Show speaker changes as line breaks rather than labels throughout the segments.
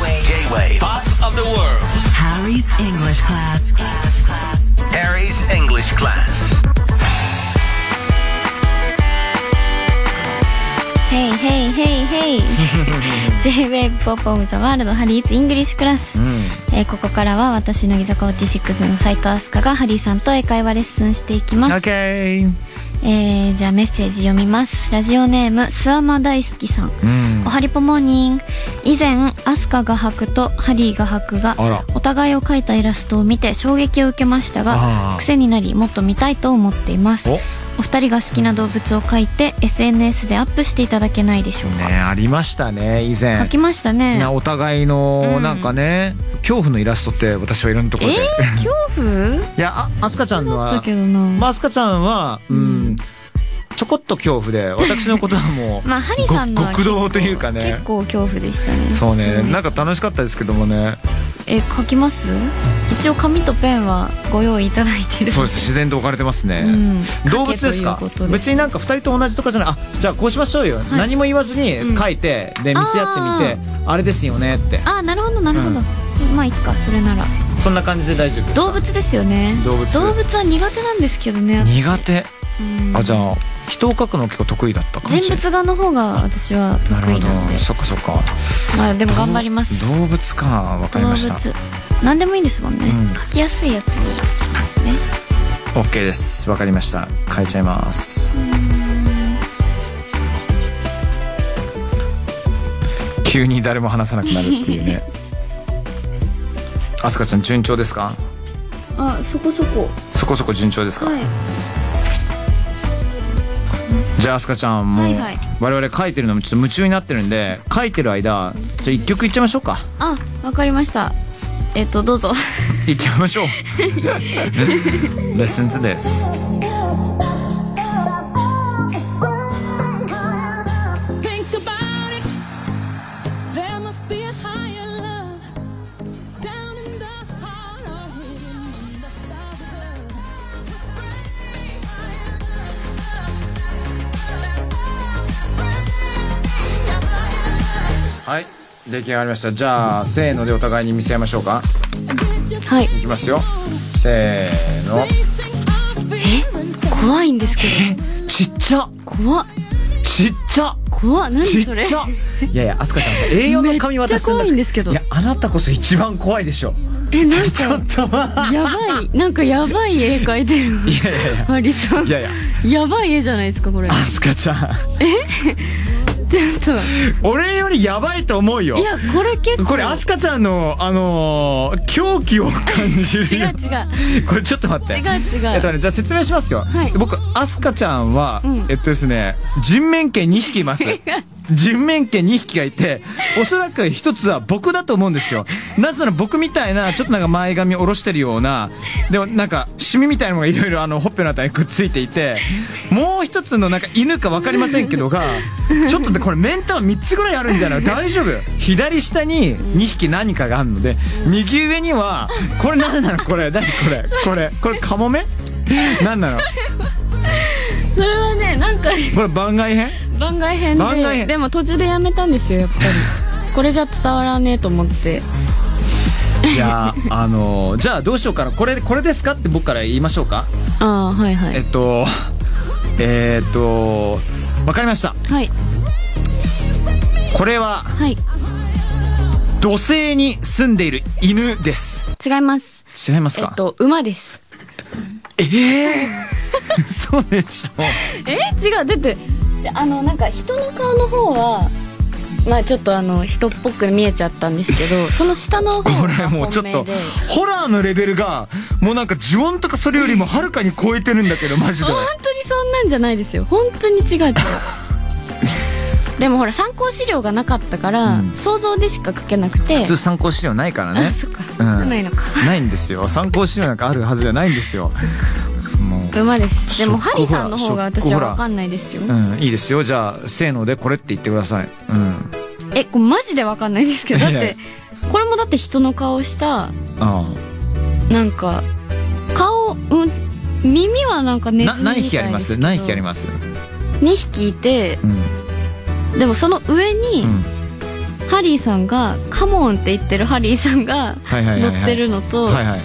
wave top of the world.
Harry's English class. class, class.
Harry's English class.
Hey, hey, hey, hey! J-Wave Pop of the World ハリーズ English Class、えーここからは私乃木坂46の斉藤飛鳥がハリーさんと英会話レッスンしていきます、
Okay.
えーじゃあメッセージ読みますラジオネームスアマ大好きさん、
うん
おはりぽモーニング以前アスカが履くとハリーが履くが
あら
お互いを描いたイラストを見て衝撃を受けました
あー
が癖になりもっと見たいと思っています
お
お二人が好きな動物を描いて SNS でアップしていただけないでしょうか、
ねありましたね以前
描きましたね
なお互いの
うん
なんかね、恐怖のイラストって私はいろんなとこ
え
ろ
ー
で、、
恐怖
いやああすかちゃんの
だ
は
けどな
まあ
ま
あすかちゃんはうん、
うん
ちょこっと恐怖で私のことは もう
あハリさんの
ご
は
極道というかね
結構恐怖でしたね
そうねなん
か
か楽しかったですけどもね
え描きます一応紙とペンはご用意いただいてる
そうです自然と置かれてますね、
うん
動物ですか
書けということで
別になんか2人と同じとかじゃないあじゃあこうしましょうよ、
い
何も言わず
う
に
ん
書いて、で見せ合ってみてあれですよねって
あなるほどなるほど、
うん
そまあいいかそれなら
そんな感じで大丈夫ですか
動物ですよね
動物
は苦手なんですけどね私
苦手
うん
あじゃあ人を描くの結構得意だったかもしれな
人
い
物画の方が私は得
なるほ
意なんで
どそっかそっか
まあでも頑張ります
動動物かわかりまし
動
た
物何でもいいですもんね、
うん
書きやすいやつにしますね
OK ですわかりました変えちゃいます急に誰も話さなくなるってい うねあすかちゃん順調ですか
あそこそこ
そこそこ順調ですか、
はい
じゃああすかちゃんもう、
はいはい
我々書いてるのもちょっと夢中になってるんで書いてる間じゃあ一曲いっちゃいましょうか
あわかりましたえっ、とどうぞ
いっちゃいましょう Listen to this
Think about it. There must be a higher love down in the heart or hidden in the stars above.
はい、出来上がりました。じゃあ、せーのでお互いに見せ合いましょうか。
はい
いきますよ。せーの。
Facing our fear and stand
怖いんですけど
ちっちゃ、
怖っ
ちっちゃ、
怖っ何
ちっ
それ
ちゃ。いやいや、あすかちゃんさ、栄養の紙渡すんだ
めっちゃ怖いんですけど
いや、あなたこそ一番怖いでしょ。
えなん
ちょ
か
っとまあ。
やばいなんかやばい絵描いてる
いやいやいや。
ハリさん
いやいや、
やばい絵じゃないですかこれ
あすかちゃん、
ちょっと
俺よりやばいと思うよ
い。やこれ結構
これあすかちゃんのあのー狂気を感じる
違う違
よ
う
これちょっと待って
違う違う
えっとねじゃあ説明しますよ、
はい
僕アスカちゃんは、
うん
えっとですね人面犬2匹 います人面犬2匹がいておそらく1つは僕だと思うんですよなぜなら僕みたいなちょっとなんか前髪下ろしてるようなでもなんかシミみたいなのがいろいろあのほっぺのあたりにくっついていてもう1つのなんか犬か分かりませんけど がちょっとでこれメンタル3つぐらいあるんじゃない大丈夫左下に2匹何かがあるので右上にはこれ何なのこれ何これこれこれカモメ何なの
それはねなんか
これ番外編
番外編で
番外編
でも途中でやめたんですよやっぱ りこれじゃ伝わらねえと思って
いやーあのーじゃあどうしようかなこれこれですかって僕から言いましょうか
ああはいは
えっ
い
とえーっとわかりました
はい
これは
はい
土星に住んでいる犬です
違います
違います
え
か
っと馬です
えー そうでしょ
え違うだってじゃあのなんか人の顔の方はまあちょっとあの人っぽく見えちゃったんですけ どその下の方
これ
が
もうちょ
本
っ
命
と
で
ホラーのレベルがもうなんか呪音とかそれよりもはるかに超えてるんだけどマジで
本当にそんなんじゃないですよ本当に違う違う でもほら参考資料がなかったから、
うん
想像でしか書けなくて
普通参考資料ないからね
あそっか、
うん
ないのか
ないんですよ参考資料なんかあるはずじゃないんですよもう
馬ですでも
ショック
ハリーさんの方が
ホラー
私
ショッ
は
クホラー
分かんないですよ、
うん、いいですよ。じゃあ、せーのでこれって言ってください。うん。
えこれマジで分かんないです けどだっ
いやい
てこれもだって人の顔した
あ
なんか顔、うん、耳はなんか
あ。
ネ
な、
ズミ
何
み
匹あ
た
り
い
ま
です
す
けど
何匹あります
2匹いて
うん。
でもその上に
うん。
ハリーさんが「カモン」って言ってるハリーさんが
はいはいはい
乗
はい
ってるのと、
はいはい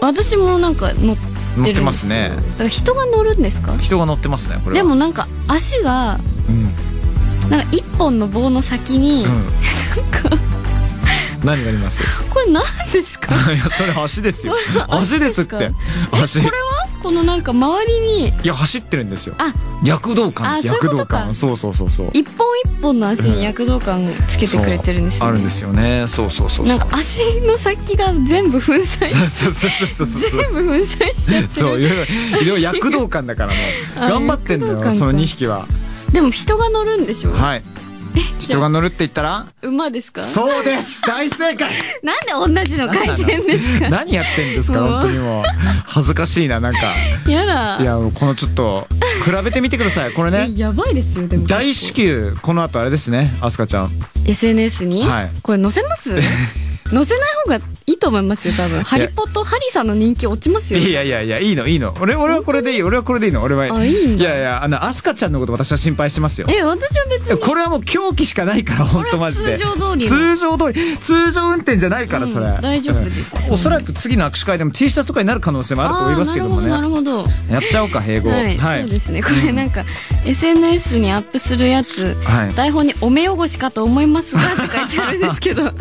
私もなんか乗ってるんです
乗ってますね
だから人が乗るんですか
人が乗ってますねこれ
で
は
もなんか足が
うん
なんか一本の棒の先に、
うん何があります
これ何ですか
いやそれ足 ですよ
これ
足ですっ
足で
て
すえ
足
これはこのなんか周りに
いや走ってるんですよ
あ
躍動感です
あそういうこと
躍動感
か
そうそうそうそう
一本一本の足に躍動感をつけてくれてるんです
そう
よ、ね
あるんですよねそうそうそうそう
なんか足の先が全部粉砕
そうそうそうそうそう
全部粉砕しちゃって
そう
る
いろいろいろいろ躍動感だからもう
あ
頑張ってんだ
躍動
よ
感か
その2匹は
でも人が乗るんでしょ、
はい人が乗るって言ったら
馬ですか
そ うです大正解
なんで同じの書いてんですか
何やってんですか
もう
本当にもう恥ずかしいななんか
やだ
いやもうこのちょっと比べてみてくださいこれ
え
ね
やばいですよでも
大至急この後あれですねアスカちゃん
SNS に、
はい
これ載せ ます載せない方がいいと思いますよ多分ハリポとハリさんの人気落ちますよ
いやいやいやいいのいいの俺俺はこれでいい俺はこれでいいの俺は
あいいんだ
いやいやあのアスカちゃんのこと私は心配してますよ
え私は別に
これはもう狂気しかないから本当マジで
通常通りの
通常通り通常運転じゃないからそれ、
うん大丈夫ですよ
うん おそらく次の握手会でも T シャツとかになる可能性もあると思いますけどもね
あーなるほどなるほ
やっちゃおうか併合
どはい、そうですねこれなんか、SNS にアップするやつ、
はい
台本に「お目汚しかと思いますが」って書いてあるんですけ ど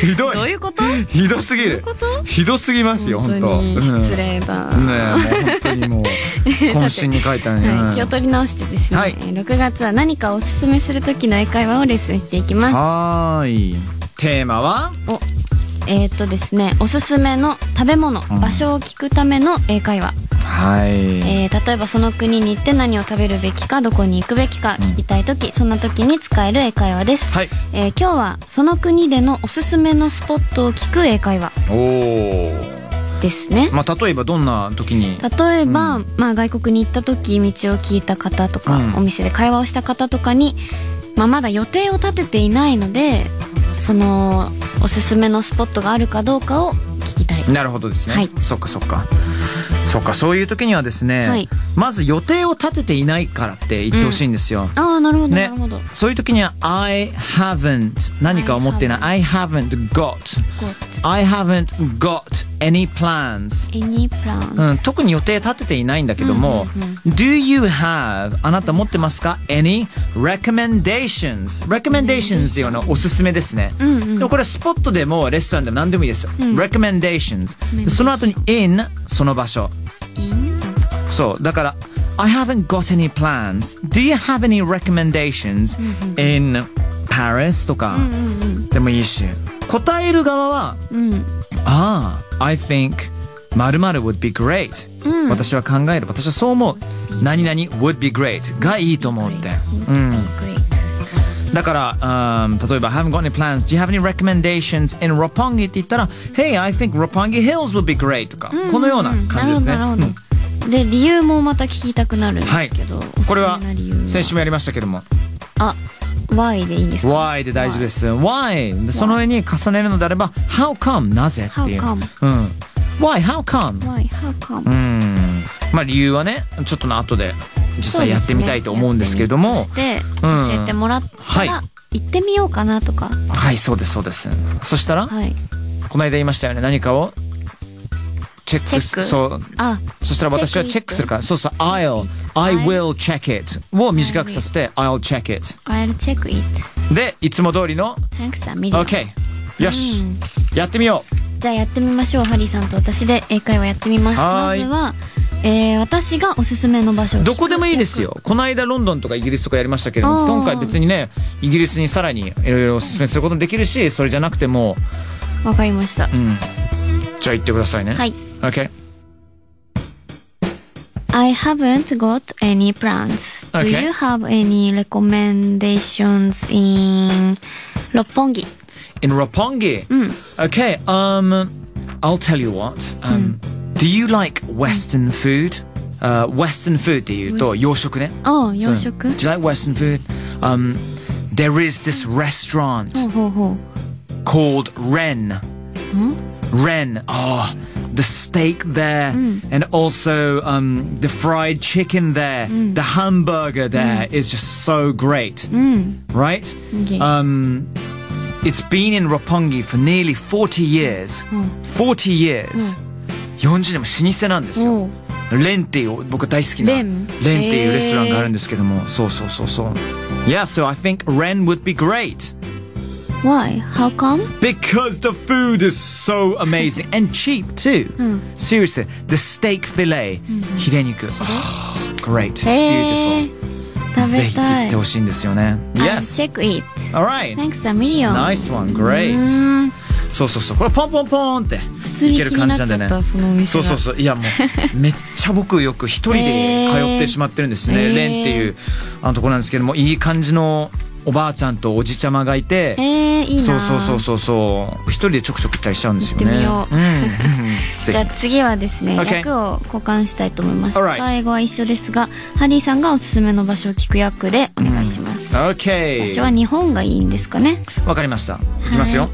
ひどい
どういうことどう
ひどすぎ
いう
る
こと
ひどすぎますよ
本
本当
当に
うん
失礼だ、
ねえもう本当 にもう渾身に書いたね、
はい、気を取り直してですね、
はい
えー6月は何かおすすめする時の英会話をレッスンしていきます
はーいテーマは
おえー、っとですねおすすめの食べ物、
うん
場所を聞くための英会話、
はい、
えー例えばその国に行って何を食べるべきかどこに行くべきか聞きたい時、そんな時に使える英会話です、
はい
えー今日はその国でのおすすめのスポットを聞く英会話
おお
ですね
まあ例えばどんな時に
例えば、
うん
まあ、外国に行った時道を聞いた方とか、
うん
お店で会話をした方とかに、まあ、まだ予定を立てていないのでそのおすすめのスポットがあるかどうかを聞きたい。
なるほどですね、
はい
そっかそっかそっかそういう時にはですね、
はい
まず予定を立てていないからって言ってほしいんですよ、
ああなるほど、
ね
なるほど。
そういう時には I haven't 何かを持ってない I haven't got
こ
I haven't got any plans
うエニプラン。
うん、特に予定立てていないんだけども、
うんうん
Do you have あなた持ってますか Any recommendations recommendations っていうのはおすすめですね、
んうん
でもこれはスポットでもレストランでも何でもいいですよ、
ん
recommendations その後に in その場所
いいなんとか
そうだから I haven't got any plans Do you have any recommendations
Mm-hmm.
in Paris とか
うんうん
でもいいし答える側は
うん。
ああ、I think 〇〇 would be great、
うん
私は考える。私はそう思う。何々 would be great がいいと思うって。うん。
Great. Mm.
だから、うん例えば、haven't got any plans. Do you have any recommendations in Roppongi? って言ったら、Hey, I think Roppongi Hills would be great とか、このような感じですね。
Mm. なるほどな
うん
るほど。で理由もまた聞きたくなるんで
はい
すけど、
これは
おすすめな理由
先週もやりましたけども
あ why でいいんですか
Why で大丈夫です。Why でその上に重ねるのであれば How come なぜってい
How
う
come
うん、Why How come
why how come
うんまあ理由はねちょっとの後で実際やってみたいと思うんですけれども、
そうですね
うん
やってみてそして教えてもらった
は
ら行ってみようかなとか
はいそうですそうですそしたら、
はい
この間言いましたよね何かをチェックす
チェック
そう
あ
そしたら私はチェックするからそうそう I'll I will check it を短くさせて I'll check it
I'll check it
でいつも通りの
thanks a million
OK よし、
うん
やってみよう
じゃあやってみましょうハリーさんと私で英会話やってみます
は
ま
ーい
ずはえー私がおすすめの場所を聞く
どこでもいいですよこの間ロンドンとかイギリスとかやりましたけれど
あ
も
ー
今回別にねイギリスにさらにいろいろおすすめすることもできるしそれじゃなくても
わかりました
うんじゃあ言ってくださいね
はい
OK
I haven't got any plans Do
Okay.
you have any recommendations in 六本木
in Roppongi. Okay, um, I'll tell you what. Um, Do you like Western food? Uh, Western food っていうと洋食ね。
ああ洋食
So, Do you like Western food? Um, there is this restaurant
ほうほうほう
called Ren. Ren. Oh, the steak there, and also um, the fried chicken there, the hamburger there is just so great, right?
Okay.
Um, It's been in Roppongi for nearly 40 years. 40 years. 40年も老舗なんです
お
よ
う。
レンっていう僕大好きな
レ
レ
ン
ンっていうレストランがあるんですけども、そうそうそうそう。Yeah, so I think Ren would be great
Why? How come?
because the food is so amazing and cheap too. Seriously, the steak fillet, ヒレ肉。Oh, great,
へえ
beautiful.
食
ぜ
べ
ひ行
た
っ
い
てほしいんですよね。
I'll
Yes.
check it
All right.
Thanks a million
Nice one, great.
うーん
そうそうそうこれポンポンポンって普
普通に気になっちゃった、そのお店
そ
が
うそうそういやもうめっちゃ僕よく一人で通ってしまってるんですね、
へー
レンっていうあのとこなんですけどもいい感じのおばあちゃんとおじちゃまがいて、
へえいいな
そうそうそうそうそう一人でちょくちょく行ったりしちゃうんですよね
行ってみよう
うん
じゃ
ぜ
あ次はですね、
Okay
役を交換したいと思います。
Alright
英語は一緒ですが、ハリーさんがおすすめの場所を聞く役でお願いします。
ひ OK
場所は日本がいいんですかね。
わかりました。いきますよ。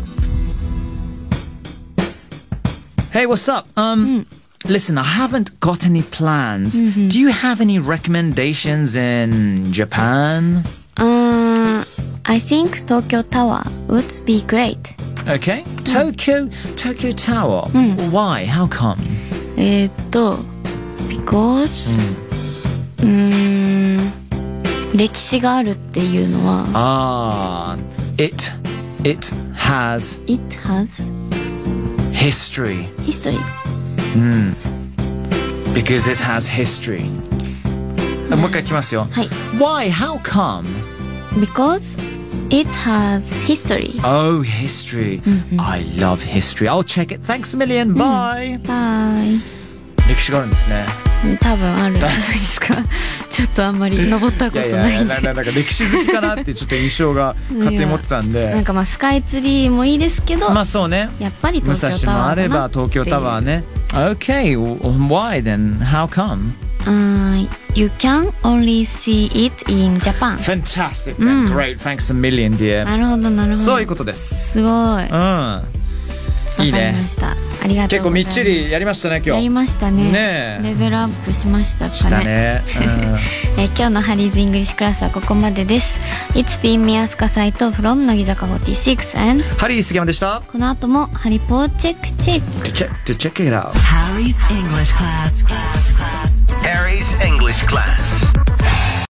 Hey, what's up?
Hmm.
Um, listen, I haven't got any plans.
Mm-hmm.
Do you have any recommendations in Japan?
うーん、I think Tokyo Tower would be great.
Okay.
Hmm.
Tokyo, Tokyo Tower. Why? How come?
えーっと、because うーん歴史があるっていうのは
Ah, it, it has
it has
history
history.
because it has history. もう一回いきますよ。
はい。
Why? How come?
because it has history.
Oh, history. I love history. I'll check it. Thanks a million. Bye.
はい。
歴史がある んですね。
多分あるんじゃないですか ちょっとあんまり登ったことないんで
ななんか歴史好きかなってちょっと印象が勝手に持ってた
な
ん
ん
で。
かまあスカイツリーもいいですけど、
まあそうね。
やっぱり
武
東
蔵
京タ
も
ワ
あれ
ーかな
ば東京タワーね。Okay, w- why then? How come?
ーうーん You can only see it in Japan
Fantastic. then. Great. Thanks a million, dear.
なるほどなるほど
そういうことです。
すごいわ
うん。
か
い
り
いね
ま。したありがとう
結
ござ
構み
い
っ
ます
ちりやりましたね、今
やり
日。
ましたね
ねえ
レベルアップしましたかね
したね。うん
えー今日のハリーズイングリッシュクラスはここまでです It's been 宮須か斎藤 from 乃木坂46 and
ハリー杉山でした。
この後もハリポーチェックチェック
To check, to check it out.
Harry's English class. class, class.
Harry's English class.